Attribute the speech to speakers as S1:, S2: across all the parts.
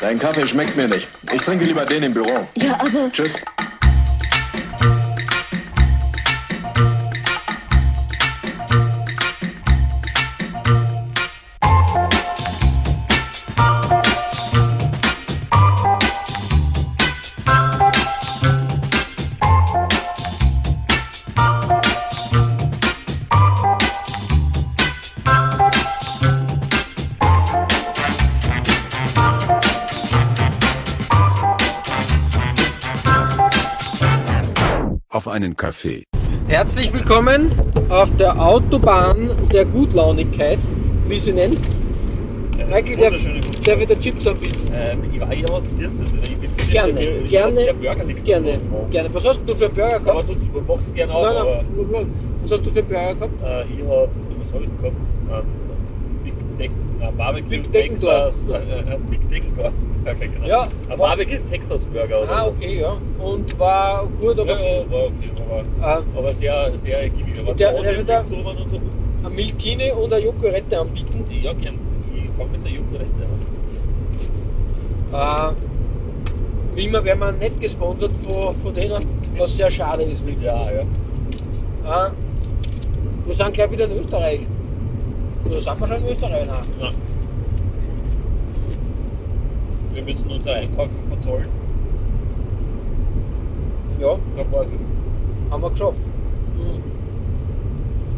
S1: Dein Kaffee schmeckt mir nicht. Ich trinke lieber den im Büro.
S2: Ja, aber
S1: Tschüss.
S3: Auf einen Kaffee.
S4: Herzlich willkommen auf der Autobahn der Gutlaunigkeit, wie sie nennt. Michael, darf,
S5: wunderschöne Gutlaune.
S4: darf ich dir Chips anbieten?
S5: Äh, ich weiß ja, was du ist. Also, Ich bin für
S4: Gerne,
S5: ich,
S4: gerne,
S5: der Burger liegt
S4: Gerne,
S5: irgendwo.
S4: gerne. Was hast du für einen Burger
S5: Aber
S4: gehabt?
S5: sonst machst du gerne auch.
S4: Nein, nein, nein. Was hast du für einen Burger gehabt?
S5: Aber, äh, ich hab, was hab ich denn gehabt? Ein ähm, Big Deck, ein Barbecue
S4: Big
S5: Texas.
S4: Deckendorf.
S5: Äh, ein Big Deckendorf Burger, genau.
S4: Ja,
S5: Ein
S4: war-
S5: Barbecue Texas Burger. Oder
S4: Ah,
S5: so.
S4: okay, ja. Und war gut,
S5: Ja,
S4: aber
S5: ja, war okay, war,
S4: äh,
S5: aber sehr, sehr ergiebig. Aber
S4: Der-
S5: der,
S4: der-
S5: der,
S4: der-
S5: so waren und so.
S4: äh, eine Milchkine und eine Joghurette anbieten.
S5: Ja, gern. Ich fang mit der Joghurette an.
S4: Äh, wie immer werden wir nicht gesponsert von, von denen, was sehr schade ist. Wie ich
S5: Ja,
S4: finde.
S5: ja.
S4: Äh, wir sind gleich wieder in Österreich. Oder sind wir schon in Österreich? Nein.
S5: ja. Wir müssen unsere Einkäufe verzollen.
S4: Ja,
S5: Da war's.
S4: haben wir geschafft. Mhm.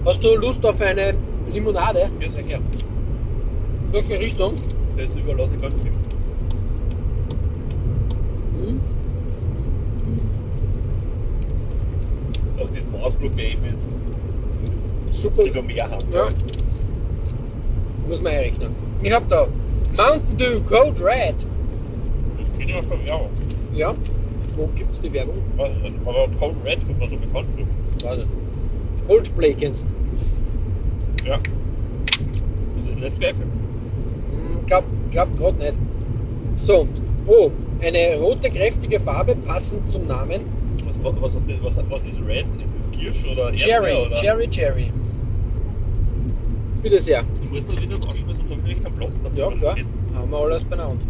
S4: Hast du Lust auf eine Limonade?
S5: Ja, sehr gern.
S4: In welche Richtung?
S5: Das überlasse ich ganz viel.
S4: Mhm.
S5: Nach diesem Ausflug gehe ich mit
S4: Super.
S5: Kilo mehr haben.
S4: Ja. Muss man herrechnen. Ich hab da Mountain Dew Code Red.
S5: Das kenne ich auch von Werbung.
S4: Ja. Wo gibt's die Werbung?
S5: Aber Cold Red kommt mir so bekannt vor.
S4: Warte. Coldplay kennst du?
S5: Ja. Das ist nicht Zweifel.
S4: Hm, Glaub, glaub grad nicht. So. Oh, eine rote kräftige Farbe passend zum Namen.
S5: Was, was, hat das, was, was ist Red? Ist das Kirsch oder Erdbeer?
S4: Cherry,
S5: oder?
S4: Cherry, Cherry. Bitte sehr.
S5: Du musst dann wieder rausschmeißen, sonst habe ich keinen Platz dafür.
S4: Ja,
S5: wenn
S4: klar.
S5: Das geht.
S4: Haben wir alles benannt.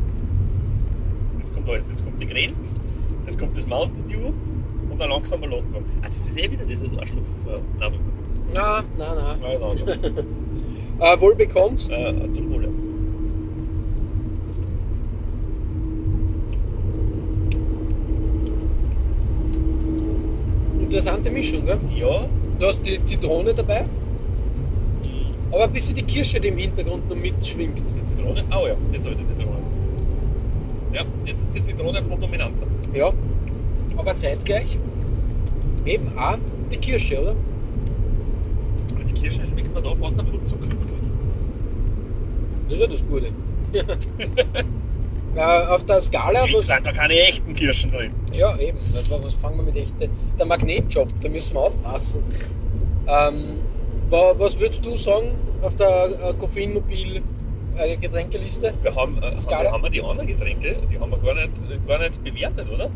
S5: Jetzt kommt alles. Jetzt kommt die Grenz, jetzt kommt das Mountain Dew und dann langsamer Lastwagen. Ah, das ist eh wieder dieses Arschloch. Nein,
S4: Na, na, na.
S5: nein, nein.
S4: Äh, wohl bekommst.
S5: Äh, zum Wohle.
S4: Interessante Mischung, gell?
S5: Ja,
S4: Du hast die Zitrone dabei,
S5: Mhm.
S4: aber ein bisschen die Kirsche, die im Hintergrund noch mitschwingt.
S5: die Zitrone. Oh ja, jetzt habe ich die Zitrone. Ja, jetzt ist die Zitrone prominenter.
S4: Ja. Aber zeitgleich eben auch die Kirsche, oder?
S5: Die Kirsche schmeckt mir da fast ein bisschen zu künstlich.
S4: Das ist ja das Gute. äh, auf der Skala,
S5: Wie
S4: was,
S5: gesagt, da keine echten Kirschen drin.
S4: ja eben, was, was fangen wir mit echte? Der Magnetjob, da müssen wir aufpassen. Ähm, wa- was würdest du sagen auf der äh, Koffeinmobil-Getränkeliste?
S5: Wir haben, äh,
S4: Skala?
S5: haben, haben wir die anderen Getränke, die haben wir gar nicht, äh, gar nicht bewertet, oder?
S4: Äh,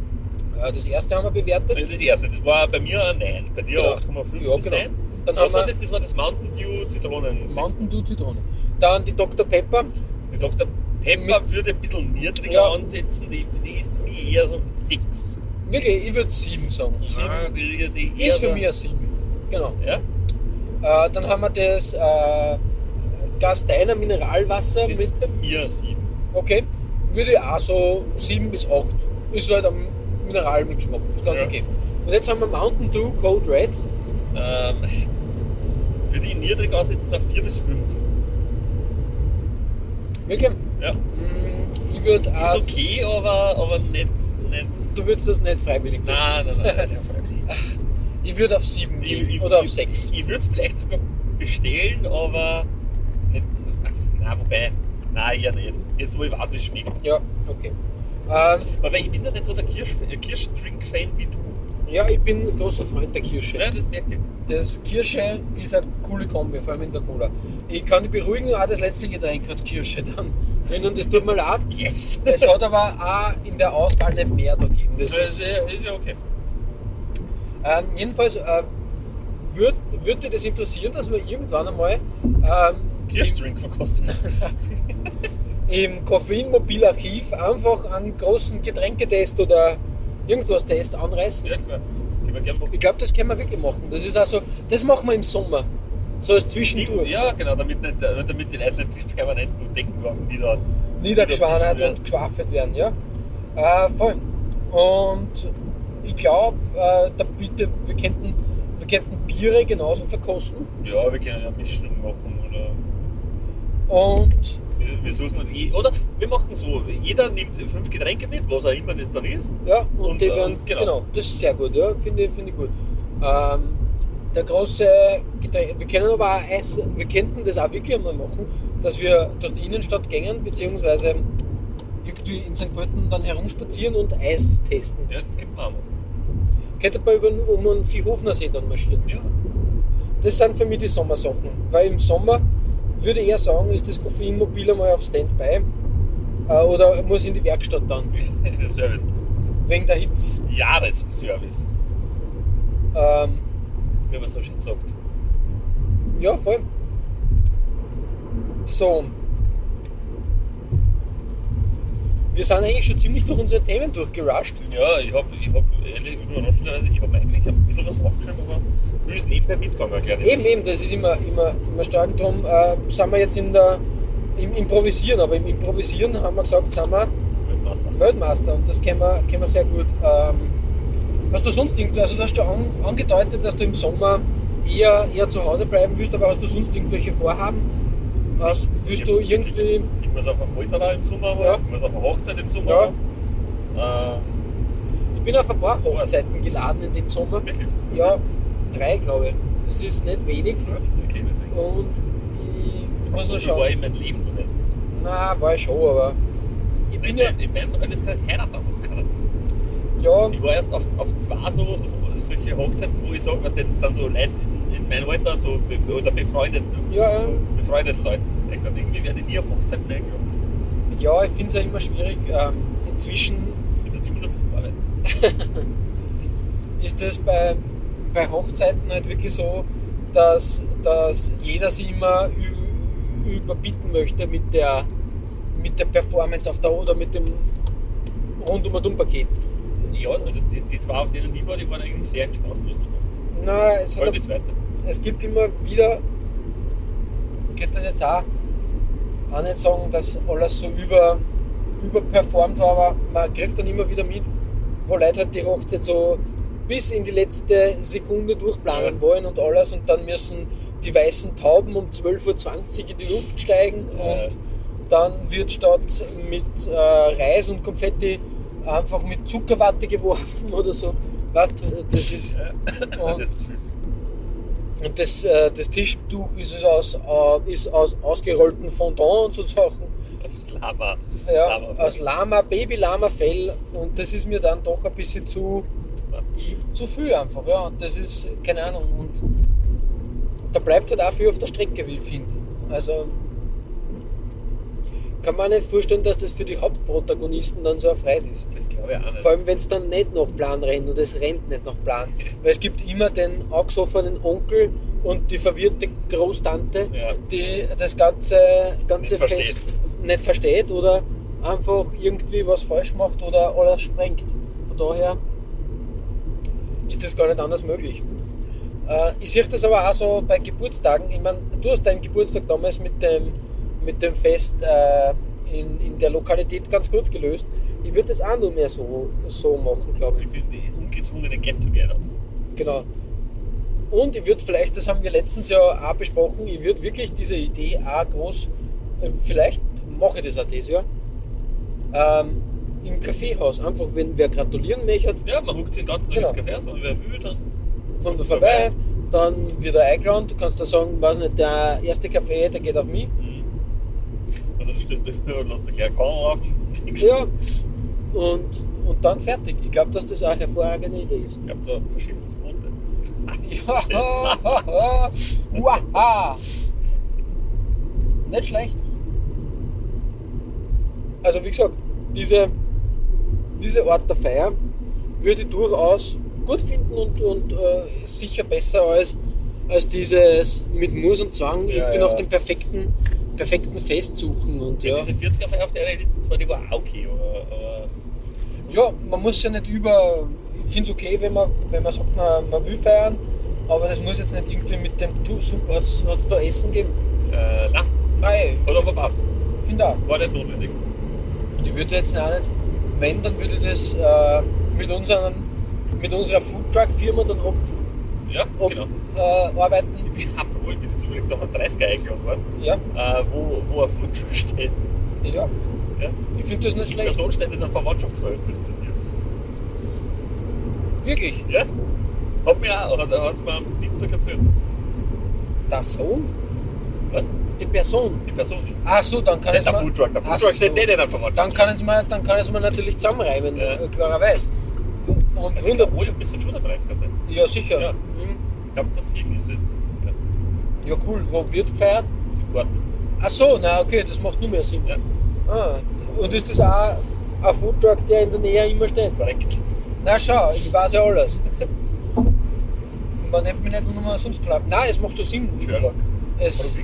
S4: das erste haben wir bewertet.
S5: Das erste, das war bei mir ein Nein, bei dir
S4: Genau.
S5: 8,5
S4: Ja,
S5: bis
S4: genau.
S5: Nein.
S4: Dann
S5: Was
S4: haben
S5: war
S4: wir-
S5: das? Das war das Mountain Dew Zitronen.
S4: Mountain Dew Zitrone. Dann die Dr. Pepper.
S5: Die Dr. Pepper würde ein bisschen niedriger
S4: Ja.
S5: ansetzen, die, die ist bei mir eher so 6.
S4: Wirklich, ich würde 7 sagen.
S5: Ah, die, die eher
S4: Ist für
S5: so-
S4: mich ein 7. Genau.
S5: Ja?
S4: Äh, dann haben wir das äh, Gasteiner Mineralwasser.
S5: Das
S4: Mit,
S5: ist bei mir ein 7.
S4: okay, würde ich auch so 7 bis 8. Ist halt ein Mineral mit Geschmack. Ist ganz
S5: Ja.
S4: okay. Und jetzt haben wir Mountain Dew Code Red.
S5: Ähm, würde ich niedrig aussetzen auf 4 bis 5.
S4: Wirklich?
S5: Ja.
S4: Mm, Ich würde auch.
S5: Ist okay, aber, aber nicht. nicht
S4: Du würdest das nicht freiwillig tun.
S5: nein, nein, nein. nein, nein.
S4: Ich würde auf 7
S5: Ich-
S4: gehen
S5: ich-
S4: oder auf
S5: ich-
S4: 6.
S5: Ich, ich würde es vielleicht sogar bestellen, aber. Nicht, nein, wobei. Nein, eher nicht. Jetzt, wo ich weiß, wie es schmeckt.
S4: Ja, okay. Ähm,
S5: Aber ich bin ja nicht so der Kirsch- äh, Kirschdrink-Fan wie du.
S4: ja, ich bin ein großer Freund der Kirsche.
S5: Ja, das merkt ihr.
S4: Das Kirsche ist eine coole Kombi, vor allem in der Cola. Ich kann dich beruhigen, auch das letzte Getränk hat Kirsche dann. Wenn und das tut mir leid.
S5: Yes!
S4: Es hat aber auch in der Auswahl nicht mehr da gegeben. Das
S5: Das ist
S4: ist,
S5: ja ist ja okay.
S4: ähm, jedenfalls äh, würde würd dir das interessieren, dass wir irgendwann einmal ähm,
S5: Kirschdrink verkostet.
S4: im Koffeinmobilarchiv einfach einen großen Getränketest oder irgendwas Test anreißen.
S5: Ja, klar. Können wir gerne
S4: Ich
S5: machen.
S4: glaube, das können wir wirklich machen. Das ist also, das machen wir im Sommer. So als Zwischendurch.
S5: Ja, genau, damit, nicht, damit die Leute nicht sich permanent vom Deckenwerfen nieder.
S4: niedergeschwanert
S5: niederbissen
S4: und geschwafelt werden, ja. Äh, voll. Und ich glaube, äh, da bitte, wir könnten, wir könnten Biere genauso verkosten.
S5: werden. Ja, wir können ja Mischung machen oder.
S4: Und
S5: Wir, wir suchen. eh- Oder wir machen so: jeder nimmt fünf Getränke mit, was auch immer das dann ist.
S4: ja, und,
S5: Und,
S4: die
S5: äh,
S4: werden,
S5: und
S4: genau.
S5: genau.
S4: das ist sehr gut, ja, finde ich- finde ich gut. Ähm, der große Getränke, wir können aber auch Eis, wir könnten das auch wirklich einmal machen, dass wir durch die Innenstadt gängen, beziehungsweise irgendwie in St. Pölten dann herumspazieren und Eis testen.
S5: Ja, das können wir auch machen.
S4: Könnte man über, den- um den Viehhofner See dann marschieren.
S5: Ja.
S4: Das sind für mich die Sommersachen. Weil im Sommer würde ich eher sagen, ist das Koffeinmobil einmal auf Standby äh, oder muss in die Werkstatt dann,
S5: Der Service.
S4: wegen der Hitze.
S5: Jahresservice,
S4: Ähm,
S5: wie man so schön sagt.
S4: ja, voll. So. Wir sind eigentlich schon ziemlich durch unsere Themen durchgerusht.
S5: Ja, ich habe ich hab, ehrlich, überraschenderweise, ich habe eigentlich ein bisschen was aufgeschrieben, aber viel ist nebenbei mitgegangen, glaube ich.
S4: Eben, eben, das ist immer, immer, immer stark. Darum äh, sind wir jetzt in der, im Improvisieren, aber im Improvisieren haben wir gesagt, sind wir
S5: Master.
S4: Weltmeister und das kennen wir, kennen wir sehr gut. Ähm, hast du sonst irgendwelche, also du hast schon an, angedeutet, dass du im Sommer eher, eher zu Hause bleiben willst, aber hast du sonst irgendwelche Vorhaben? Äh, willst du
S5: Ich-
S4: irgendwie,
S5: Ich muss auf einen Polterer im Sommer,
S4: Ja.
S5: ja. ich muss auf eine Hochzeit im Sommer. Äh,
S4: Ja.
S5: Ja.
S4: ich bin auf ein paar Hochzeiten geladen in dem Sommer.
S5: Äh, wirklich.
S4: Ja, drei glaube ich. Das ist nicht wenig
S5: Ja, das ist wirklich nicht wirklich.
S4: und ich muss
S5: so
S4: mal
S5: viel war ich
S4: schauen.
S5: in meinem Leben noch nicht.
S4: Na, war ich schon, aber ich bin
S5: In,
S4: ja,
S5: meinem- in meinem Freundeskreis heiratet einfach keiner.
S4: ja,
S5: Ich war erst auf, auf zwei so, auf solche Hochzeiten, wo ich sage, das sind so Leute in, in meinem Alter so, be- oder befreundet, ne?
S4: Ja, ja.
S5: befreundete Leute. Ich glaube, irgendwie werde ich nie auf Hochzeiten eingeladen.
S4: ja, ich finde es ja immer schwierig. Ähm, inzwischen
S5: Ich bin dazu dazu arbeiten.
S4: ist das bei, bei Hochzeiten halt wirklich so, dass, dass jeder sich immer ü- überbieten möchte mit der, mit der Performance auf der oder mit dem rundum und paket
S5: Ja, also die, die zwei, auf denen ich war, die waren eigentlich sehr entspannt, muss man sagen.
S4: Na, es,
S5: Vor
S4: hat,
S5: allem die zweite.
S4: es gibt immer wieder, ich könnte jetzt auch, auch nicht sagen, dass alles so über, überperformt war, aber man kriegt dann immer wieder mit, wo Leute halt die Hochzeit so bis in die letzte Sekunde durchplanen
S5: Ja.
S4: wollen und alles und dann müssen die weißen Tauben um 12.20 Uhr in die Luft steigen
S5: Ja.
S4: und dann wird statt mit äh, Reis und Konfetti einfach mit Zuckerwatte geworfen oder so. Weißt du, das ist.
S5: Ja.
S4: Und-
S5: Das ist zu viel.
S4: und das, äh, das Tischtuch ist, es aus, äh, ist aus ausgerollten Fondant und so Sachen.
S5: Das ist Lama.
S4: Ja,
S5: Lama.
S4: aus Lama, Baby-Lama-Fell. Und das ist mir dann doch ein bisschen zu, zu viel einfach. Ja, und das ist, keine Ahnung. Und da bleibt halt auch viel auf der Strecke, wie ich finde. Also kann man nicht vorstellen, dass das für die Hauptprotagonisten dann so erfreut ist.
S5: Das glaube ich auch nicht.
S4: Vor allem, wenn es dann nicht nach Plan rennt und es rennt nicht nach Plan. Weil es gibt immer den angesoffenen Onkel und die verwirrte Großtante,
S5: Ja.
S4: die das ganze, ganze
S5: Nicht
S4: Fest
S5: versteht.
S4: nicht versteht oder einfach irgendwie was falsch macht oder alles sprengt. Von daher ist das gar nicht anders möglich. Äh, ich sehe das aber auch so bei Geburtstagen. Ich meine, du hast deinen Geburtstag damals mit dem, mit dem Fest äh, in, in der Lokalität ganz gut gelöst. Ich würde das auch nur mehr so, so machen, glaube
S5: Ich finde die ungezwungene Get-Togethers.
S4: ich. Genau. Und ich würde vielleicht, das haben wir letztens ja auch besprochen, ich würde wirklich diese Idee auch groß, äh, vielleicht mache ich das auch das Jahr, ähm, im Kaffeehaus. Einfach, wenn wer gratulieren möchte,
S5: Ja, man huckt sich den ganzen Tag
S4: Genau.
S5: ins Café, also wer will, dann.
S4: kommt vorbei, dann wird er eingeladen, du kannst da sagen, weiß nicht, der erste Kaffee, der geht auf mich.
S5: Oder du stößt dich und lässt dich gleich Korn laufen.
S4: Ja. Und, und dann fertig. Ich glaube, dass das auch eine hervorragende Idee ist.
S5: Ich glaube, da verschiffen sie Boote.
S4: Ja. Waha. Nicht schlecht. Also wie gesagt, diese, diese Art der Feier würde ich durchaus gut finden und, und äh, sicher besser als, als dieses mit Muss und Zwang
S5: Ja,
S4: irgendwie
S5: ja.
S4: nach dem perfekten perfekten Fest suchen und ja.
S5: Diese 40er Feier auf der Erde letzten zwei, die war auch okay, aber, aber so-
S4: Ja, man muss ja nicht über. Ich finde es okay, wenn man, wenn man sagt, man, man will feiern, aber das muss jetzt nicht irgendwie mit dem Du, super, hat es da Essen geben?
S5: Äh, nein,
S4: Nein,
S5: hat aber passt.
S4: ich finde auch.
S5: War nicht notwendig.
S4: Und ich würde jetzt auch nicht, wenn, dann würde ich das äh, mit, unseren, mit unserer Foodtruck-Firma dann ab,
S5: Ja,
S4: ab,
S5: genau.
S4: äh, arbeiten.
S5: Ich habe wohl mit dem übrigens auf einen 30er eingeladen worden,
S4: Ja,
S5: äh, wo, wo ein Foodtruck steht.
S4: ja.
S5: Ja.
S4: Ich finde das nicht
S5: Die
S4: schlecht.
S5: Person steht in einem Verwandtschaftsverhältnis zu dir.
S4: Wirklich.
S5: Ja? Hat mir auch, hat es mir am Dienstag erzählt.
S4: Der Sohn?
S5: Was?
S4: Die Person?
S5: Die Person.
S4: Ach so, dann kann
S5: Nicht
S4: es
S5: der
S4: mir...
S5: Foodtruck, der
S4: Ach
S5: Foodtruck steht
S4: so.
S5: nicht in einem
S4: Dann
S5: Verwandtschaftsverhältnis.
S4: kann es mir, dann kann es mir natürlich zusammenreimen,
S5: Ja.
S4: äh, klarerweise. Und
S5: Also, ich glaub,
S4: wunderbar.
S5: wohl ein bisschen schon der 30er sein.
S4: Ja, sicher.
S5: Ja.
S4: Ja, mhm.
S5: Ich glaube, das irgendwie ist es. Ja,
S4: ja cool. Wo wird gefeiert?
S5: im Garten.
S4: Ach so, na okay, das macht nur mehr Sinn.
S5: Ja.
S4: Ah, und ist das auch ein Foodtruck, der in der Nähe immer steht?
S5: Korrekt.
S4: Na schau, ich weiß ja alles. Man nennt mich nicht nur mal sonst knapp. Nein, es macht schon Sinn.
S5: Sherlock.
S4: Es,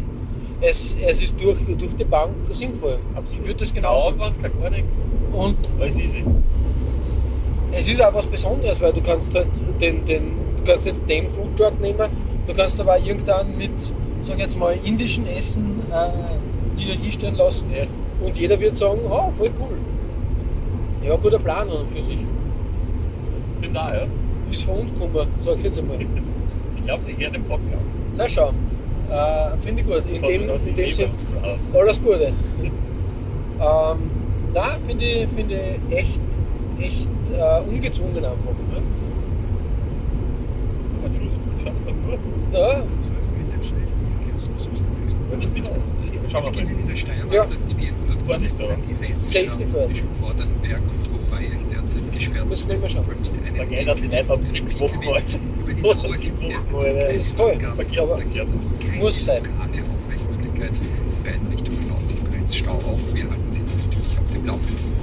S4: es, es ist durch, durch die Bank sinnvoll. Ich würde das
S5: Kein
S4: genauso
S5: Aufwand, kein gar nichts.
S4: Und
S5: Alles easy.
S4: es ist auch was Besonderes, weil du kannst halt den, den, du kannst jetzt den Foodtruck nehmen, du kannst aber auch irgendwann mit, sag ich jetzt mal, indischen Essen äh, die da hinstellen lassen.
S5: Ja.
S4: Und jeder wird sagen, oh, voll cool. Ja, guter Plan an und für sich.
S5: Bin da, ja.
S4: Ist von uns gekommen, sag ich jetzt einmal.
S5: Ich glaube, sie hören den Podcast.
S4: Na schau, äh, finde ich gut. In dem, in dem Sinn,
S5: Sinne.
S4: alles Gute. ähm, na, finde ich, find ich echt, echt äh, ungezwungen einfach. Ne?
S5: Entschuldigung, ich habe nur.
S4: Ja,
S5: Wenn wir es wieder. Schauen wir mal.
S2: beginnen in der Steiermark,
S4: Ja.
S2: dass die Wienerplattform
S5: Vorsicht,
S2: 16
S4: Safety
S2: die Weststraße
S4: first.
S2: zwischen Vordernberg und Rufeirich derzeit gesperrt
S4: Müssen wir mal schauen. eh,
S2: Voll mit einem
S5: Sag ey, dass die Leute ab sechs Wochen alt.
S2: Über die
S5: Oder
S2: Mauer gibt
S5: sechs
S2: es derzeit
S5: Wochen alt.
S4: das ist voll.
S2: Angaben.
S5: Verkehrsverkehr.
S2: Da gibt's aber keine
S4: Muss sein.
S2: lokale Ausweichmöglichkeit. In beiden Richtungen baut sich bereits Stau auf. Wir halten Sie natürlich auf dem Laufenden.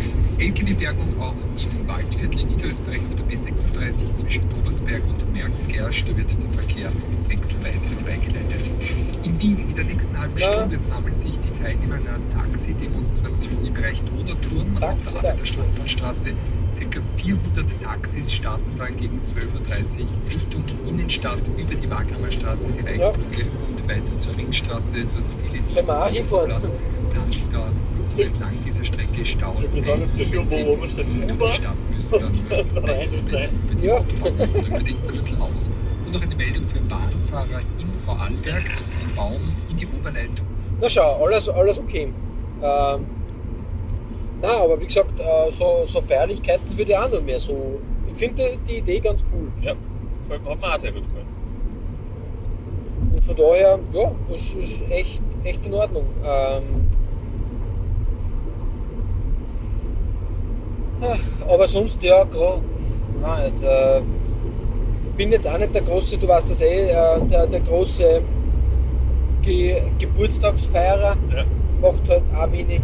S2: LKW-Bergung auch im Waldviertel in Niederösterreich auf der B36 zwischen Dobersberg und Merkengersch. Da wird der Verkehr wechselweise vorbeigeleitet. In Wien in der nächsten halben
S4: Ja.
S2: Stunde sammeln sich die Teilnehmer einer Taxidemonstration im Bereich Donauturm auf
S4: Taxi,
S2: der Arbeiter Stadtbahnstraße. Circa 400 Taxis starten dann gegen 12.30 Uhr Richtung Innenstadt über die Wagramer Straße, die Reichsbrücke und weiter zur Ringstraße. Das Ziel ist
S4: Sollen wir auch hinfahren?
S2: Platz. Da so entlang dieser Strecke Staus.
S5: Ich muss sagen, zwischen
S2: wenn Sie
S5: Ober- und Oberstadt-
S2: durch die Stadt müssen, dann
S5: Und dann rein und rein.
S2: mit
S4: Ja.
S2: ja. über den Gürtel aus. Und noch eine Meldung für Bahnfahrer in Vorarlberg, dass ein Baum in die Oberleitung
S4: Na schau, alles, alles okay. Ähm, na, aber wie gesagt, äh, so, so Feierlichkeiten würde ich auch noch mehr so. Ich finde die Idee ganz cool.
S5: Ja, gefällt mir- hat mir auch sehr gut gefallen.
S4: Und von daher, ja, es ist echt, echt in Ordnung. Ähm, ah, aber sonst, ja, gro- nein, nicht, äh, ich bin jetzt auch nicht der große, du weißt das eh, äh, der, der große Ge Geburtstagsfeierer.
S5: Ja.
S4: macht halt auch wenig,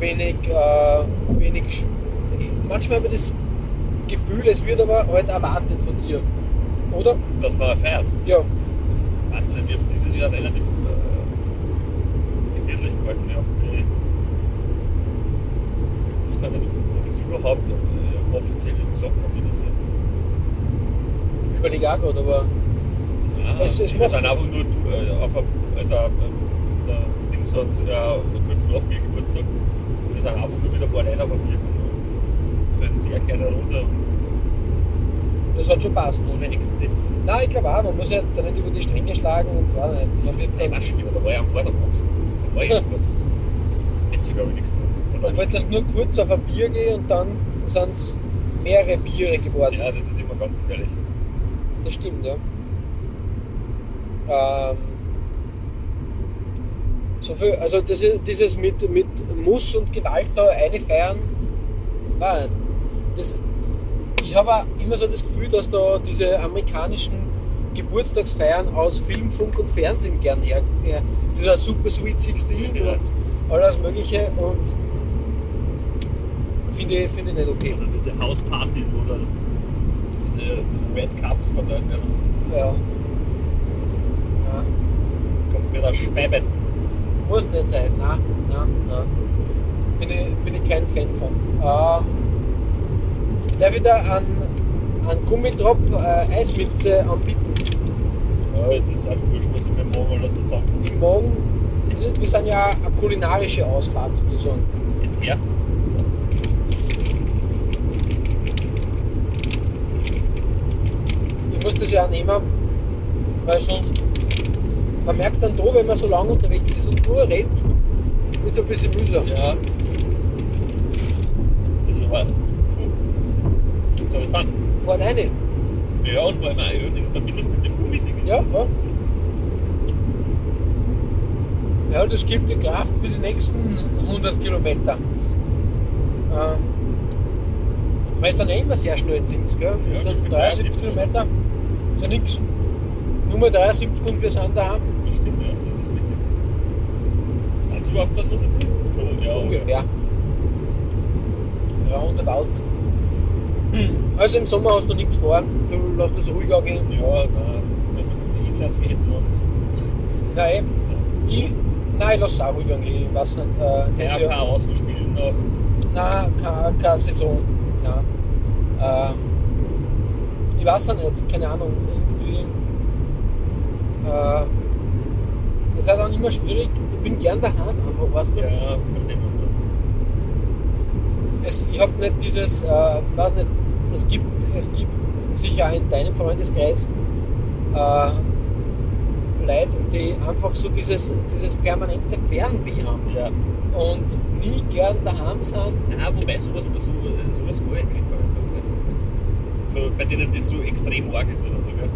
S4: wenig, äh, wenig. Sch- Manchmal habe ich das Gefühl, es wird aber halt erwartet von dir. Oder?
S5: Dass man feiert.
S4: Ja.
S5: Weiß nicht, ich habe dieses Jahr relativ äh, gemütlich gehalten. Ich hab mich- das kann ich nicht, ob ich es überhaupt äh, offiziell nicht gesagt habe. Oder so.
S4: Überlege auch gerade, aber
S5: Ah,
S4: Es- es
S5: wir
S4: macht-
S5: sind einfach nur zu, äh, auf einem, also, ähm, der Dings hat äh, kurz nach mir Geburtstag. Wir sind einfach nur mit ein paar Leuten auf ein Bier gekommen. So eine sehr kleine Runde und
S4: das hat schon passt.
S5: ohne Exzess.
S4: Nein, ich glaube auch, man muss ja da nicht über die Stränge schlagen und weiß nicht. Man wird
S5: Nein,
S4: dann,
S5: war schon wieder, da war ich am Vortag angesoffen. Da war ich irgendwas. Deswegen habe ich nichts zu tun. Und
S4: man
S5: dann-
S4: wollte das nur kurz auf ein Bier gehen und dann sind es mehrere Biere geworden.
S5: Ja, das ist immer ganz gefährlich.
S4: Das stimmt, ja. Ähm, so viel, also das, ist- dieses mit, mit Muss und Gewalt da eine feiern, nein, das, ich habe auch immer so das Gefühl, dass da diese amerikanischen Geburtstagsfeiern aus Film, Funk und Fernsehen gern her, her dieser Super Sweet 16
S5: Ja.
S4: und alles mögliche und finde ich, finde ich nicht okay.
S5: Oder diese Hauspartys, wo dann diese, diese Red Cups verteilt werden.
S4: Ja. Ja.
S5: Kommt mir da schweben.
S4: Muss nicht sein. Nein, nein, nein. Bin ich, bin ich kein Fan von. Ähm, darf ich da einen, einen Gummitrop äh, Eismütze anbieten?
S5: Ja, jetzt ist es einfach wurscht, was ich mir morgen alles da zusammen.
S4: Im Morgen, wir sind ja eine kulinarische Ausfahrt sozusagen.
S5: Jetzt her. So.
S4: Ich muss das ja auch nehmen, weil sonst, man merkt dann da, wenn man so lange unterwegs ist und nur redet, wird es ein bisschen mühsam.
S5: Ja. Das war cool. Interessant.
S4: Fahrt eine.
S5: Ja, und vor allem auch in Verbindung mit dem Gummiding.
S4: Ja, ja. Ja, das gibt die Kraft für die nächsten 100 Kilometer. Ähm, man ist dann eh immer sehr schnell in Linz, gell?
S5: Ja,
S4: ist dann
S5: ich bin
S4: 73
S5: 73
S4: Kilometer, ist ja nichts. Nur mal 73 und wir sind daheim,
S5: Das stimmt, ja. Das ist wirklich. Sind sie überhaupt dort noch so viel? Schon, ja.
S4: ungefähr. Roundabout. Also im Sommer hast du nichts vor, du lässt es ruhig angehen.
S5: Ja, nein. Inlandsgehetten und
S4: Nein, ich, nein, ich lasse es auch ruhig angehen, ich weiß nicht. Äh, das
S5: ja,
S4: Jahr-
S5: kein Außenspielen noch.
S4: Nein, keine, keine Saison. Nein. Ähm, ich weiß auch nicht, keine Ahnung. Irgendwie. Äh, es ist halt dann immer schwierig. Ich bin gern daheim, einfach, weißt du.
S5: Ja, versteht man das.
S4: Es, ich habe nicht dieses, äh, weiß nicht, es gibt, es gibt sicher auch in deinem Freundeskreis äh, Leute, die einfach so dieses, dieses permanente Fernweh haben
S5: Ja.
S4: und nie gern daheim sind.
S5: Nein, wobei sowas, sowas, sowas war eigentlich bei so, bei denen das so extrem arg ist oder so, gell?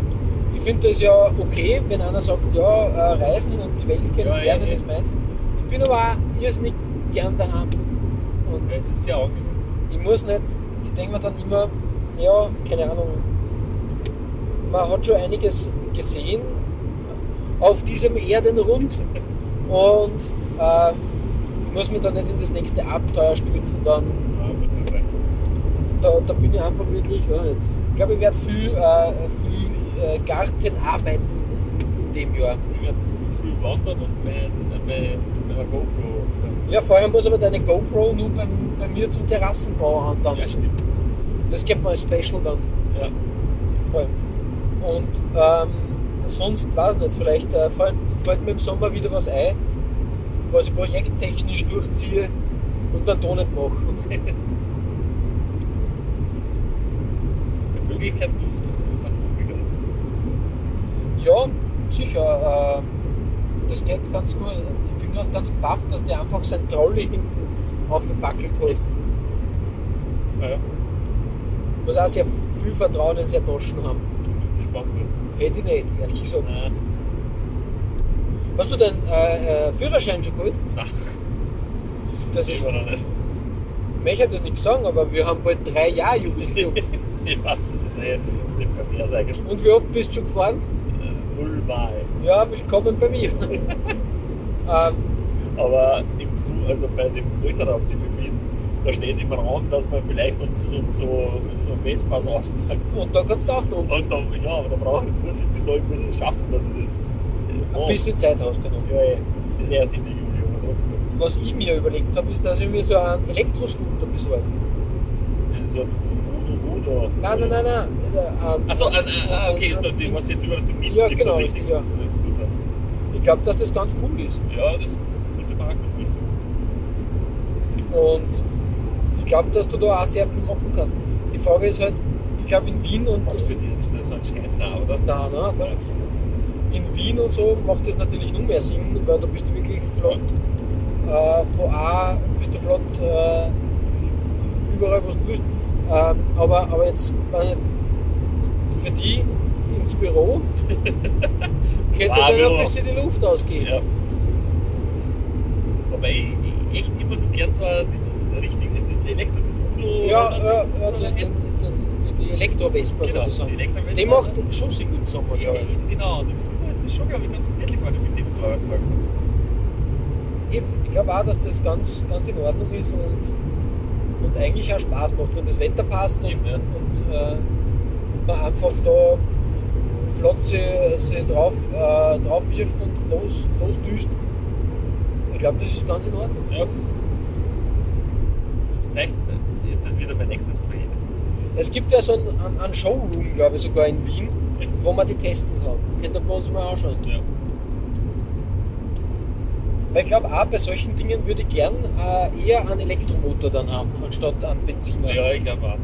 S4: Ich finde das ja okay, wenn einer sagt, ja, äh, Reisen und die Welt kennenlernen
S5: Ja, ja, ja.
S4: ist meins. Ich bin aber auch irrsinnig gern daheim. Und
S5: Ja, es ist sehr angenehm.
S4: ich muss nicht, ich denke mir dann immer, ja, keine Ahnung, man hat schon einiges gesehen auf diesem Erdenrund und äh, ich muss mich dann nicht in das nächste Abenteuer stürzen dann
S5: Ja, muss nicht sein.
S4: da, da bin ich einfach wirklich, weiß nicht. ich glaube, ich werde viel, äh, viel äh, Gartenarbeiten in dem Jahr.
S5: Ich werde so viel wandern und mein, mein, meiner GoPro.
S4: Ja, vorher muss aber deine GoPro nur bei, bei mir zum Terrassenbau
S5: Ja,
S4: antanzen.
S5: stimmt.
S4: das kennt man als Special dann
S5: Ja,
S4: vor allem. Und ähm, sonst, weiß nicht, vielleicht äh, fällt, fällt mir im Sommer wieder was ein, was ich projekttechnisch durchziehe und dann doch nicht mache.
S5: die Möglichkeiten sind unbegrenzt.
S4: Ja, sicher. Äh, das geht ganz gut. Ich bin gerade ganz baff, dass der einfach sein Trolley hinten aufgebackelt hat.
S5: Ja, ja.
S4: Muss auch sehr viel Vertrauen in seine Taschen haben.
S5: Das ist spannend.
S4: Hätte ich nicht, ehrlich gesagt.
S5: Nein.
S4: Hast du deinen äh, äh, Führerschein schon geholt?
S5: Nein,
S4: Das
S5: ich
S4: ich
S5: war noch nicht.
S4: möchte dir nichts sagen, aber wir haben bald drei Jahre Jubiläum.
S5: Ich weiß, das ist eh das ist pervers eigentlich.
S4: Und wie oft bist du schon gefahren?
S5: Äh, Null Mal.
S4: Ja, willkommen bei mir. ähm,
S5: Aber im Zu, also bei dem Ultralauf-Gebiet, da steht im Raum, dass man vielleicht uns, uns so, so Messpass auspackt.
S4: und da kannst du auch drum.
S5: Und dann, ja, aber da brauche ich, muss ich bis dahin muss ich es schaffen, dass ich das. Äh,
S4: Ein
S5: mache.
S4: bisschen Zeit hast du noch.
S5: Ja, ja. Das ist erst Ende Juli, aber trotzdem.
S4: Was ich mir überlegt habe, ist, dass ich mir so einen Elektroscooter besorge.
S5: Das ist So ein Udo, Udo.
S4: Nein, nein, nein, nein. Ja, ähm,
S5: Achso, ah, ah, ah, okay, so, den, was jetzt überall zum Mieten
S4: Ja,
S5: gibt,
S4: genau,
S5: so richtig.
S4: ja.
S5: Das ist gut. dann.
S4: Ich glaube, dass das ganz cool ist.
S5: Ja, das könnte man auch gut vorstellen.
S4: Und ich glaube, dass du da auch sehr viel machen kannst. Die Frage ist halt, ich glaube in Wien und
S5: Das für die so ein Schein da, oder?
S4: Nein, nein, gar nichts. In Wien und so macht das natürlich nur mehr Sinn, weil da bist du wirklich flott. Äh, von A bist du flott äh, überall, wo du bist. Ähm, aber, aber jetzt weiß nicht, für die ins Büro könnte
S5: Ah,
S4: dann
S5: Büro.
S4: ein bisschen die Luft ausgehen.
S5: Ja. Wobei ich echt immer nur gern zwar diesen richtigen, diesen Elektro, diesen Udo.
S4: Ja,
S5: oder-
S4: ja, ja
S5: oder-
S4: die, den, den, die, die Elektro-Vespa
S5: Genau,
S4: sozusagen.
S5: die Elektro-Vespa.
S4: Die macht schon Sinn im Sommer,
S5: Ja,
S4: glaube ich.
S5: eben genau. Und im Sommer ist das schon, glaube ich, ganz gemütlich, weil ich mit dem Motorrad gefahren bin.
S4: Eben, ich glaube auch, dass das ganz, ganz in Ordnung ist und, und eigentlich auch Spaß macht, wenn das Wetter passt und,
S5: Eben, ja.
S4: und äh, man einfach da flott sie, sie drauf, äh, drauf wirft und los, losdüst. glaube, das ist ganz in Ordnung.
S5: Ja. Vielleicht ist das wieder mein nächstes Projekt.
S4: Es gibt ja so einen, einen- einen Showroom, glaube ich, sogar in Wien,
S5: Echt?
S4: wo man die testen kann. Könnt ihr bei uns mal anschauen.
S5: Ja.
S4: Weil ich glaube, auch bei solchen Dingen würde ich gern äh, eher einen Elektromotor dann haben, anstatt einen Benziner.
S5: Ja, ich glaube auch.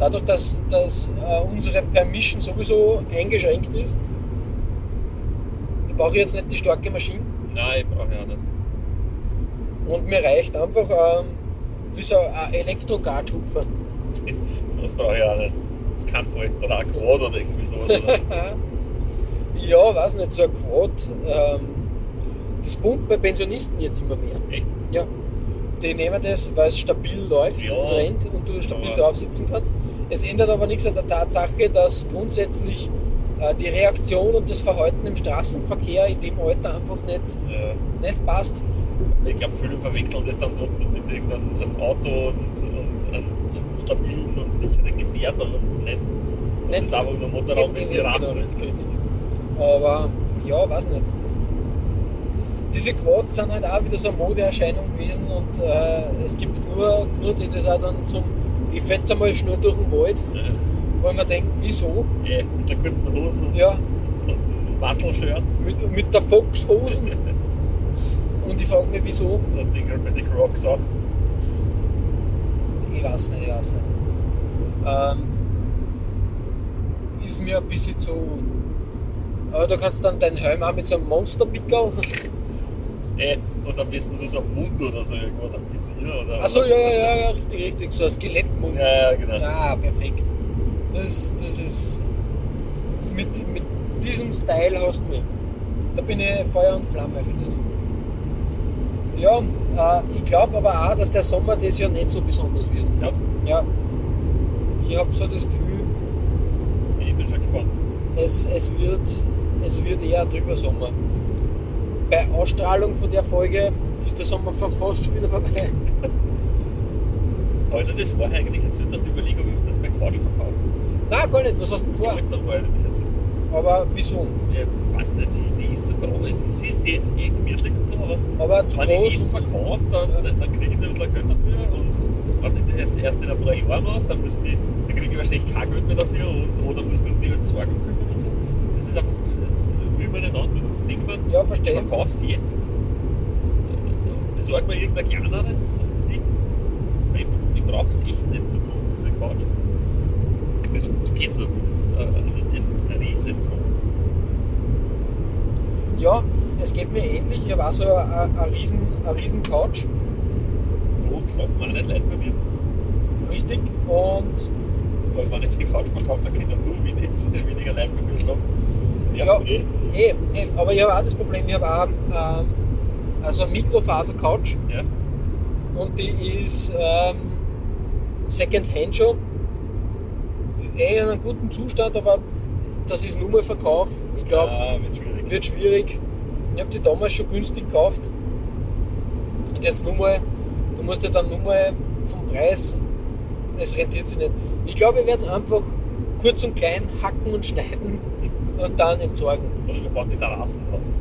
S4: Dadurch, dass, dass äh, unsere Permission sowieso eingeschränkt ist, brauche ich jetzt nicht die starke Maschine.
S5: Nein, ich brauche ja nicht.
S4: Und mir reicht einfach ähm, wie so ein Elektro-Gatschhupfer.
S5: Sowas brauche ich auch nicht. Das kann voll. Oder ein Quad oder irgendwie sowas. Oder?
S4: ja, weiß nicht, so ein Quad. Ähm, das pumpt bei Pensionisten jetzt immer mehr.
S5: Echt?
S4: Ja. Die nehmen das, weil es stabil läuft
S5: Ja.
S4: und rennt und du stabil
S5: Aber-
S4: drauf sitzen kannst. Es ändert aber nichts an der Tatsache, dass grundsätzlich äh, die Reaktion und das Verhalten im Straßenverkehr in dem Alter einfach nicht,
S5: Ja.
S4: nicht passt.
S5: Äh, Ich glaube, viele verwechseln das dann trotzdem mit irgendeinem einem Auto und, und einem, einem stabilen und sicheren Gefährt, aber nicht. Das ist einfach nur ein Motorraum mit vier
S4: Genau, richtig.
S5: Raffen.
S4: Aber ja, weiß nicht. Diese Quads sind halt auch wieder so eine Modeerscheinung gewesen und äh, es gibt nur, nur die das auch dann zum, ich fährt einmal schnell durch den Wald, weil man denkt, wieso?
S5: Ja, Äh, eh, mit der kurzen Hose und,
S4: Ja,
S5: und einem Muscle-Shirt
S4: mit, mit der Foxhosen. Und ich frage mich, wieso?
S5: und die, mit den Crocs an.
S4: Ich weiß nicht, ich weiß nicht. Ähm, ist mir ein bisschen zu. Aber da kannst du dann deinen Helm auch mit so einem Monster-Pickel
S5: Ey, Eh, und am besten nur so ein Mund oder so irgendwas, ein Visier oder
S4: Achso, ja, ja, ja, ja, richtig, richtig. So ein Skelettmund. Ja,
S5: Ja, ja, genau.
S4: perfekt. Das, das ist. Mit, mit diesem Style hast du mich. Da bin ich Feuer und Flamme für das. Ja, äh, ich glaube aber auch, dass der Sommer das Jahr nicht so besonders wird.
S5: Glaubst du?
S4: Ja. Ich habe so das Gefühl,
S5: Ey, Ich bin schon gespannt.
S4: es, es, wird, es wird eher ein drüber Sommer. Bei Ausstrahlung von der Folge ist der Sommer fast schon wieder vorbei.
S5: Habe ich dir das vorher eigentlich erzählt, dass ich überlege, ob ich das bei Couch verkaufe?
S4: Nein, gar nicht, was hast du denn
S5: Ich
S4: vor?
S5: habe es dir vorher nämlich erzählt.
S4: Aber wieso?
S5: Ich weiß nicht, die, die ist so groß. Sie ist jetzt eh gemütlich und so, aber
S4: Aber zu
S5: wenn ich
S4: groß.
S5: jetzt
S4: und-
S5: verkaufe, dann,
S4: Ja.
S5: dann kriege ich ein bisschen Geld dafür. Und wenn ich das erst in ein paar Jahren mache, dann, müssen wir, dann kriege ich wahrscheinlich kein Geld mehr dafür und, oder muss mich um die Entsorgung kümmern und so. Das ist einfach, das will man nicht antun. Das denkt man,
S4: Ja, verstehe.
S5: verkauf's jetzt. Besorg mir irgendein kleineres Ding. Ich, ich brauch's echt nicht so groß, diese Couch. Du kennst das, das ist äh, ein, ein Riesenproblem.
S4: Ja, es geht mir ähnlich. Ich habe auch so eine, eine, riesen, eine riesen Couch.
S5: So oft schlafen auch nicht Leute bei mir.
S4: Richtig. Und
S5: Vor allem, wenn ich die Couch verkaufe, dann können dann nur wenig, weniger Leute bei mir schlafen. Das nervt
S4: Ja.
S5: mich eh.
S4: eh, eh, aber ich habe auch das Problem, ich habe auch ähm, also eine Mikrofaser-Couch
S5: Ja.
S4: und die ist ähm, Secondhand schon. Eh in einem guten Zustand, aber das ist nur mal Verkauf. Ich glaube,
S5: Ah, wird schwierig.
S4: wird schwierig. Ich habe die damals schon günstig gekauft. Und jetzt nur mal, du musst ja dann nur mal vom Preis, es rentiert sich nicht. Ich glaube, ich werde es einfach kurz und klein hacken und schneiden und dann entsorgen.
S5: Oder wir bauen die Terrassen draus.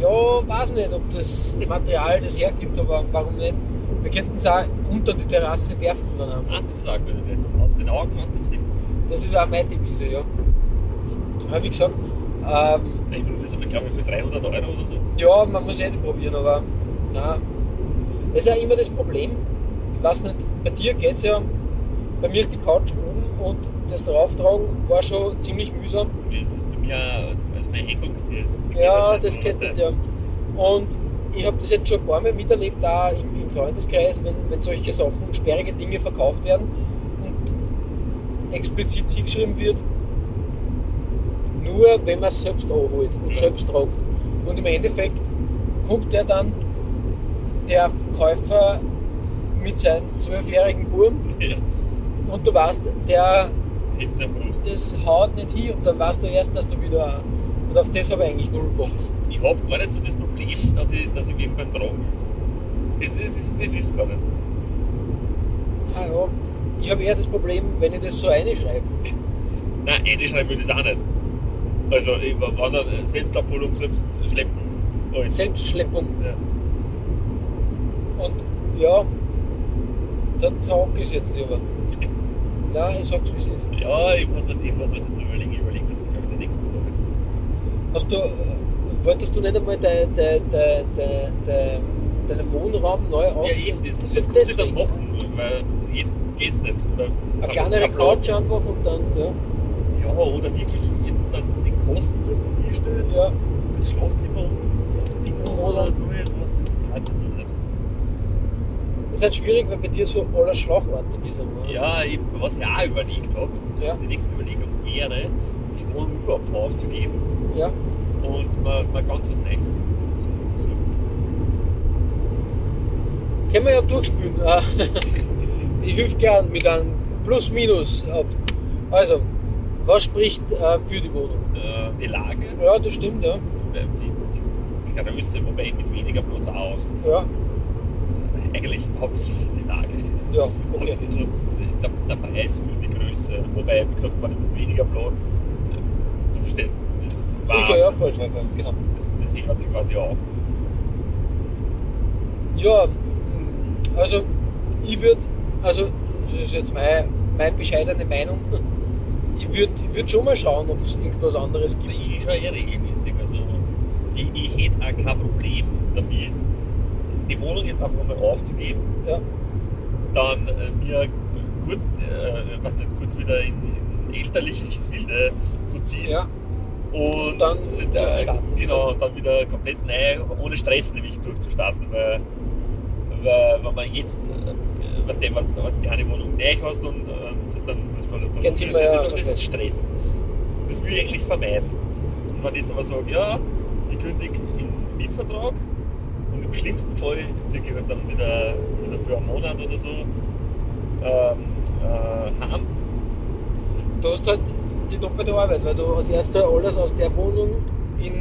S4: Ja, weiß nicht, ob das Material das hergibt, aber warum nicht? Wir könnten es auch unter die Terrasse werfen dann einfach.
S5: Ah, das ist auch gut. Aus den Augen, aus dem Sinn.
S4: Das ist auch meine Devise, ja. Aber wie gesagt, ähm,
S5: Ich probiere es aber, glaube ich, für 300 Euro oder so.
S4: Ja, man muss eh nicht probieren, aber na, das ist ja immer das Problem. Ich weiß nicht, bei dir geht es ja, bei mir ist die Couch oben und das Drauftragen war schon ziemlich mühsam.
S5: Das ist bei mir, auch- also mein Hängungstier ist. die
S4: Ja,
S5: geht
S4: das
S5: nicht so,
S4: kennt
S5: weißt du.
S4: ja. Und ich habe das jetzt schon ein paar Mal miterlebt, da im, im Freundeskreis, wenn, wenn solche Sachen, sperrige Dinge verkauft werden und explizit hingeschrieben wird, nur wenn man es selbst anholt und
S5: Ja.
S4: selbst tragt. Und im Endeffekt kommt der dann, der Käufer mit seinem zwölfjährigen Burm
S5: Ja,
S4: und du weißt, der
S5: hebt sein Bruch.
S4: das haut nicht hin und dann weißt du erst, dass du wieder. Und auf das habe ich eigentlich null Bock.
S5: Ich habe gar nicht so das Problem, dass ich, dass ich wem beim Tragen das, das, ist, das ist gar nicht.
S4: Ah, ja. Ich habe eher das Problem, wenn ich das so reinschreibe.
S5: Nein, eh, einschreiben würde ich es auch nicht. Also, ich- wenn dann, selbst Abholung, selbst schleppen, alles.
S4: Selbstschleppung.
S5: Ja.
S4: Und ja, der Zaug ist jetzt lieber. Nein, ich sag's wie es ist.
S5: ja, ich muss mir dem, was wir das noch überlegen, ich überlege mir das glaube ich den nächsten Tag.
S4: Hast du, äh, wolltest du nicht einmal de, de, de, de, de, deinen Wohnraum neu
S5: Ja,
S4: aufstellen?
S5: eben, das, das,
S4: ist
S5: kannst du dann
S4: deswegen.
S5: machen, weil jetzt geht's nicht. Weil
S4: Eine kleinere
S5: Platz.
S4: Couch einfach und dann, ja.
S5: Ja, oder wirklich jetzt dann den Kosten dort hinstellen,
S4: ja.
S5: das Schlafzimmer und die oder so etwas, das weiß ich noch nicht.
S4: Es ist halt schwierig, weil bei dir so alles schlauchwartig ist. einmal.
S5: Ja, ich, was ich auch überlegt habe, also
S4: Ja.
S5: die nächste Überlegung wäre, die Wohnung überhaupt aufzugeben
S4: ja.
S5: und mal, mal ganz was Neues zu, zu, zu
S4: Können wir ja durchspülen. Äh, ich helfe gern mit einem Plus-Minus ab. Also, was spricht äh, für die Wohnung?
S5: äh, die Lage,
S4: Ja, das stimmt, ja.
S5: äh, die, die Größe, wobei ich mit weniger Platz auch auskomme.
S4: Ja,
S5: Eigentlich hauptsächlich die Lage.
S4: ja, okay.
S5: Und, und der, der Preis für die Größe. Wobei, wie gesagt, wenn ich mit weniger Platz, äh, du verstehst, das
S4: Sicher, ja, voll, voll, voll, genau.
S5: das, das hört sich quasi auf.
S4: Ja, also ich würde, also das ist jetzt meine, meine bescheidene Meinung, ich würde ich würd schon mal schauen, ob es irgendwas anderes gibt.
S5: Ich schaue eher regelmäßig. Also ich, ich hätte auch kein Problem damit, die Wohnung jetzt einfach mal aufzugeben.
S4: Ja.
S5: Dann äh, mir kurz, äh, weiß nicht, kurz wieder in, in elterliche Gefilde zu ziehen.
S4: Ja,
S5: Und
S4: Dann
S5: äh,
S4: durchstarten.
S5: genau, und dann wieder komplett neu, ohne Stress nämlich durchzustarten. Weil, weil wenn man jetzt, äh, weißt du, wenn du die eine Wohnung neu hast und, und dann musst du alles noch
S4: Jetzt
S5: umziehen.
S4: sind wir ja
S5: das, ist, das ist Stress. Das will ich eigentlich vermeiden. Und wenn ich jetzt aber sage, ja, ich kündige einen Mietvertrag und im schlimmsten Fall ziehe ich halt dann wieder, wieder für einen Monat oder so ähm, äh, heim.
S4: du hast halt die doppelte Arbeit, weil du als erster alles aus der Wohnung in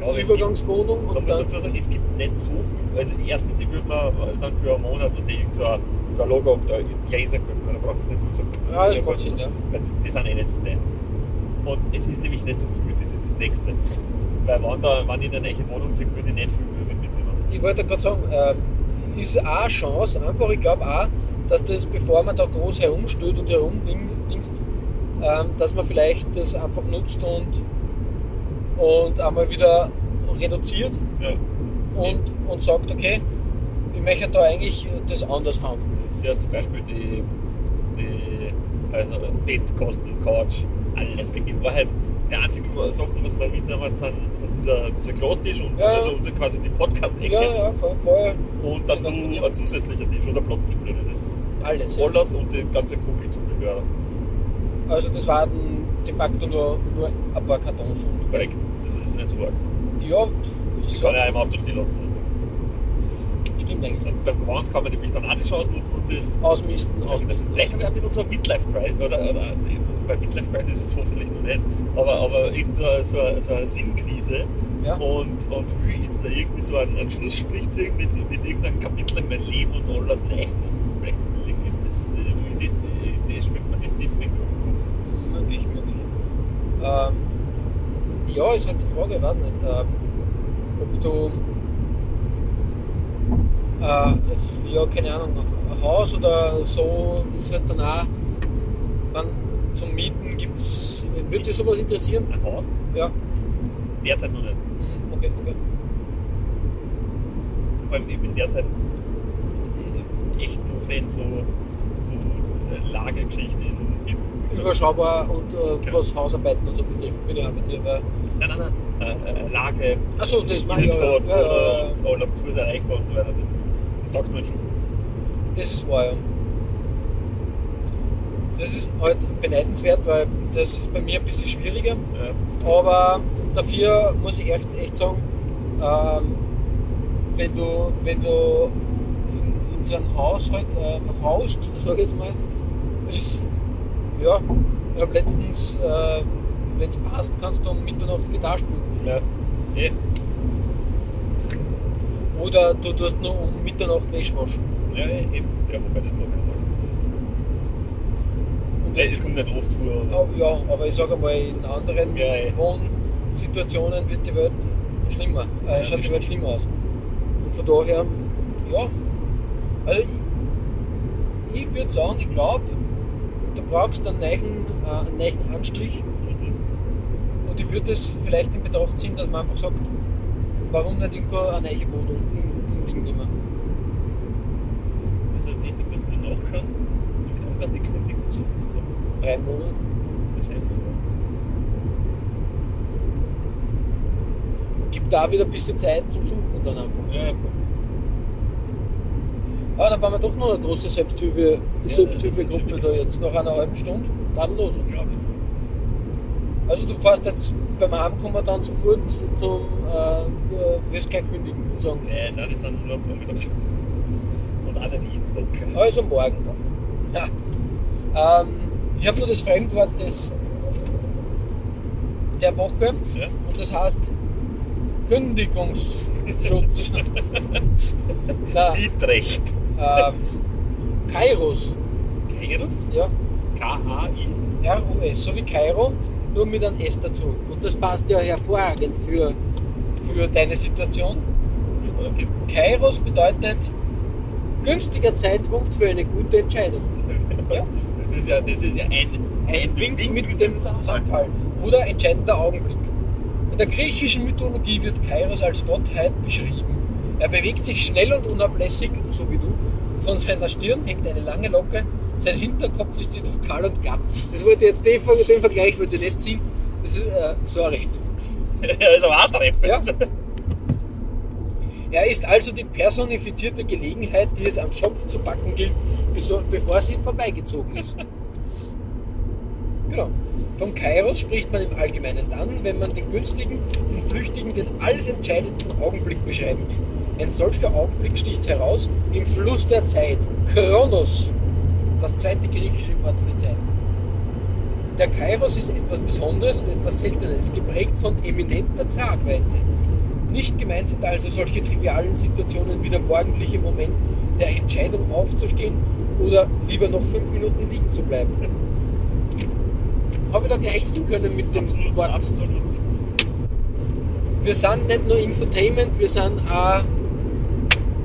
S5: Ja, aber
S4: die
S5: es
S4: Übergangswohnung
S5: Man
S4: und
S5: muss
S4: dann.
S5: dazu sagen, es gibt nicht so viel. Also, erstens, ich würde mir dann für einen Monat, was die so ein, so ein Logo da in klein sein könnte, dann braucht es nicht viel sagen.
S4: Ja, Ah, das macht Sinn, ja.
S5: Weil die, die sind eh nicht so teuer. Und es ist nämlich nicht so viel, das ist das Nächste. Weil, wenn, da, wenn ich in eine neue Wohnung ziehe, würde ich nicht viel Möbel mitnehmen.
S4: Ich wollte gerade sagen, ähm, ist auch eine Chance, einfach, ich glaube auch, dass das, bevor man da groß herumstößt und herumdingst, ähm, dass man vielleicht das einfach nutzt und, und einmal wieder reduziert
S5: Ja,
S4: und, und sagt, okay, ich möchte da eigentlich das anders haben.
S5: ja zum Beispiel die, die also Bettkosten, Couch, alles weg. In Wahrheit, die einzigen Sachen, was wir mitnehmen, sind, sind dieser, dieser Klostisch und
S4: Ja.
S5: also unser, quasi die Podcast-Ecke.
S4: Ja, ja, vor- vorher
S5: Und dann nur ein zusätzlicher Tisch und ein Plattenspieler. Das ist
S4: alles. Ja.
S5: alles und die ganze Kugelzubehör.
S4: Also das waren de facto nur, nur ein paar Kartons und
S5: Korrekt. Das ist nicht so arg.
S4: Ja, ich
S5: Das kann
S4: sag,
S5: ich auch im Auto stehen lassen.
S4: stimmt eigentlich.
S5: Und beim Gewand kann man nämlich dann auch die Chance nutzen und das.
S4: Ausmisten, ausmisten.
S5: Vielleicht habe ich ein bisschen so ein Midlife-Crisis. Oder, oder, bei Midlife-Crisis ist es hoffentlich noch nicht. Aber, aber eben so, eine- so, eine- so eine Sinnkrise.
S4: Ja.
S5: Und, und will jetzt da irgendwie so einen, einen Schlussstrich ziehen mit, mit irgendeinem Kapitel in meinem Leben und alles neu machen. Vielleicht ist das, will ich das, ist das, schwebt mir das deswegen durch den Kopf.
S4: Möglich, möglich. Ähm, ja, ist halt die Frage, ich weiß nicht, ähm, ob du, äh, ja, keine Ahnung, ein Haus oder so, ist halt dann auch, wenn zum Mieten gibt's, würde dich sowas interessieren?
S5: Ein Haus?
S4: Ja,
S5: Derzeit noch nicht.
S4: mhm, okay, okay.
S5: Vor allem, ich bin derzeit äh, echt nur Fan von, von Lagergeschichten in. in
S4: Überschaubar und äh,
S5: Ja.
S4: was Hausarbeiten und so betrifft, bin ich auch bei dir, weil,
S5: nein, nein, nein. Äh, äh, Lage,
S4: Ach so, das mach ich
S5: Innenstadt,
S4: ja, ja, ja, ja.
S5: und alles zu ist erreichbar und so weiter. Das, ist, das taugt mir schon.
S4: Das ist wahr, ja. Das ist halt beneidenswert, weil das ist bei mir ein bisschen schwieriger.
S5: Ja.
S4: Aber dafür muss ich echt, echt sagen, ähm, wenn du, wenn du in, in so einem Haus halt ähm, haust, sag ich jetzt mal, ist, ja, ich habe letztens, äh, wenn es passt, kannst du um Mitternacht Gitarre spielen.
S5: Ja. Eh,
S4: Oder du tust nur um Mitternacht Wäsche waschen.
S5: ja, eh, eben. Ja, wobei das mag ich nicht.
S4: Und
S5: Das kommt nicht oft
S4: Äh,
S5: vor. aber-
S4: Oh, Ja, aber ich sage mal, in anderen
S5: Ja, eh. ja.
S4: Wohnsituationen wird die Welt schlimmer. Äh,
S5: Ja,
S4: schaut
S5: das
S4: die Welt schlimmer aus. Und von daher, ja. Also ich, ich würde sagen, ich glaube, du brauchst einen neuen, äh, einen neuen Anstrich.
S5: Mhm.
S4: Und ich würde es vielleicht in Betracht ziehen, dass man einfach sagt, warum nicht irgendwo eine neue Wohnung im, im Ding nehmen.
S5: Das hat echt ein bisschen nachschauen, wie lange das die Kündigungsfrist hat.
S4: Drei Monate.
S5: Wahrscheinlich.
S4: Gibt da wieder ein bisschen Zeit zum Suchen dann einfach.
S5: Ja, voll.
S4: Ah, dann waren wir doch noch eine große Selbsthilfe,
S5: Ja,
S4: Selbsthilfegruppe
S5: das ist
S4: da jetzt, nach einer halben Stunde. Dann los.
S5: unglaublich.
S4: Also du fährst jetzt beim Heimkommen dann sofort zum, äh, äh, wirst gleich kündigen und sagen,
S5: Nein, Äh, nein, die sind nur am Vormittag. Und auch nicht jeden Tag.
S4: also morgen. Ja. Ähm, ich habe nur das Fremdwort des, der Woche
S5: Ja?
S4: und das heißt Kündigungsschutz. Na,
S5: Mietrecht.
S4: ähm, Kairos,
S5: Kairos?
S4: ja,
S5: K-A-I.
S4: R-U-S, so wie Kairo, nur mit einem S dazu. Und das passt ja hervorragend für, für deine Situation.
S5: Ja, Okay.
S4: Kairos bedeutet günstiger Zeitpunkt für eine gute Entscheidung. Ja.
S5: Das ist ja, das ist ja ein,
S4: Ein Wink mit dem Zaunfall oder entscheidender Augenblick. In der griechischen Mythologie wird Kairos als Gottheit beschrieben. Er bewegt sich schnell und unablässig, so wie du. Von seiner Stirn hängt eine lange Locke, sein Hinterkopf ist jedoch kahl und glatt. Das wollte ich jetzt den, Ver- den Vergleich wollte ich nicht ziehen. Das ist, äh, sorry.
S5: Ja, ist aber auch treffend.
S4: Ja. Er ist also die personifizierte Gelegenheit, die es am Schopf zu packen gilt, beso- bevor sie vorbeigezogen ist. Genau. Vom Kairos spricht man im Allgemeinen dann, wenn man den günstigen, den flüchtigen, den alles entscheidenden Augenblick beschreiben will. Ein solcher Augenblick sticht heraus im Fluss der Zeit. Kronos, das zweite griechische Wort für Zeit. Der Kairos ist etwas Besonderes und etwas Seltenes, geprägt von eminenter Tragweite. Nicht gemeint sind also solche trivialen Situationen wie der morgendliche Moment der Entscheidung aufzustehen oder lieber noch fünf Minuten liegen zu bleiben. Habe ich da geholfen können mit dem
S5: Absolut,
S4: Wort?
S5: absolut.
S4: Wir sind nicht nur Infotainment, wir sind auch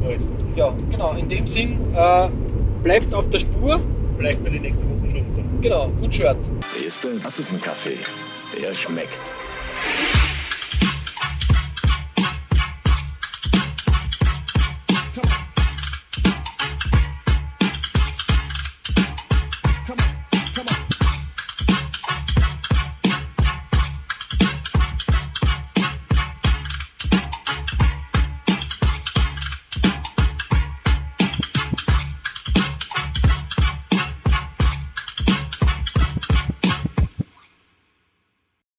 S5: Alles.
S4: Ja, genau. In dem Sinn, äh, bleibt auf der Spur.
S5: Vielleicht bin ich nächste Woche schon umzogen.
S4: Genau, gut Shirt.
S1: Siehste, das ist ein Kaffee. Der schmeckt.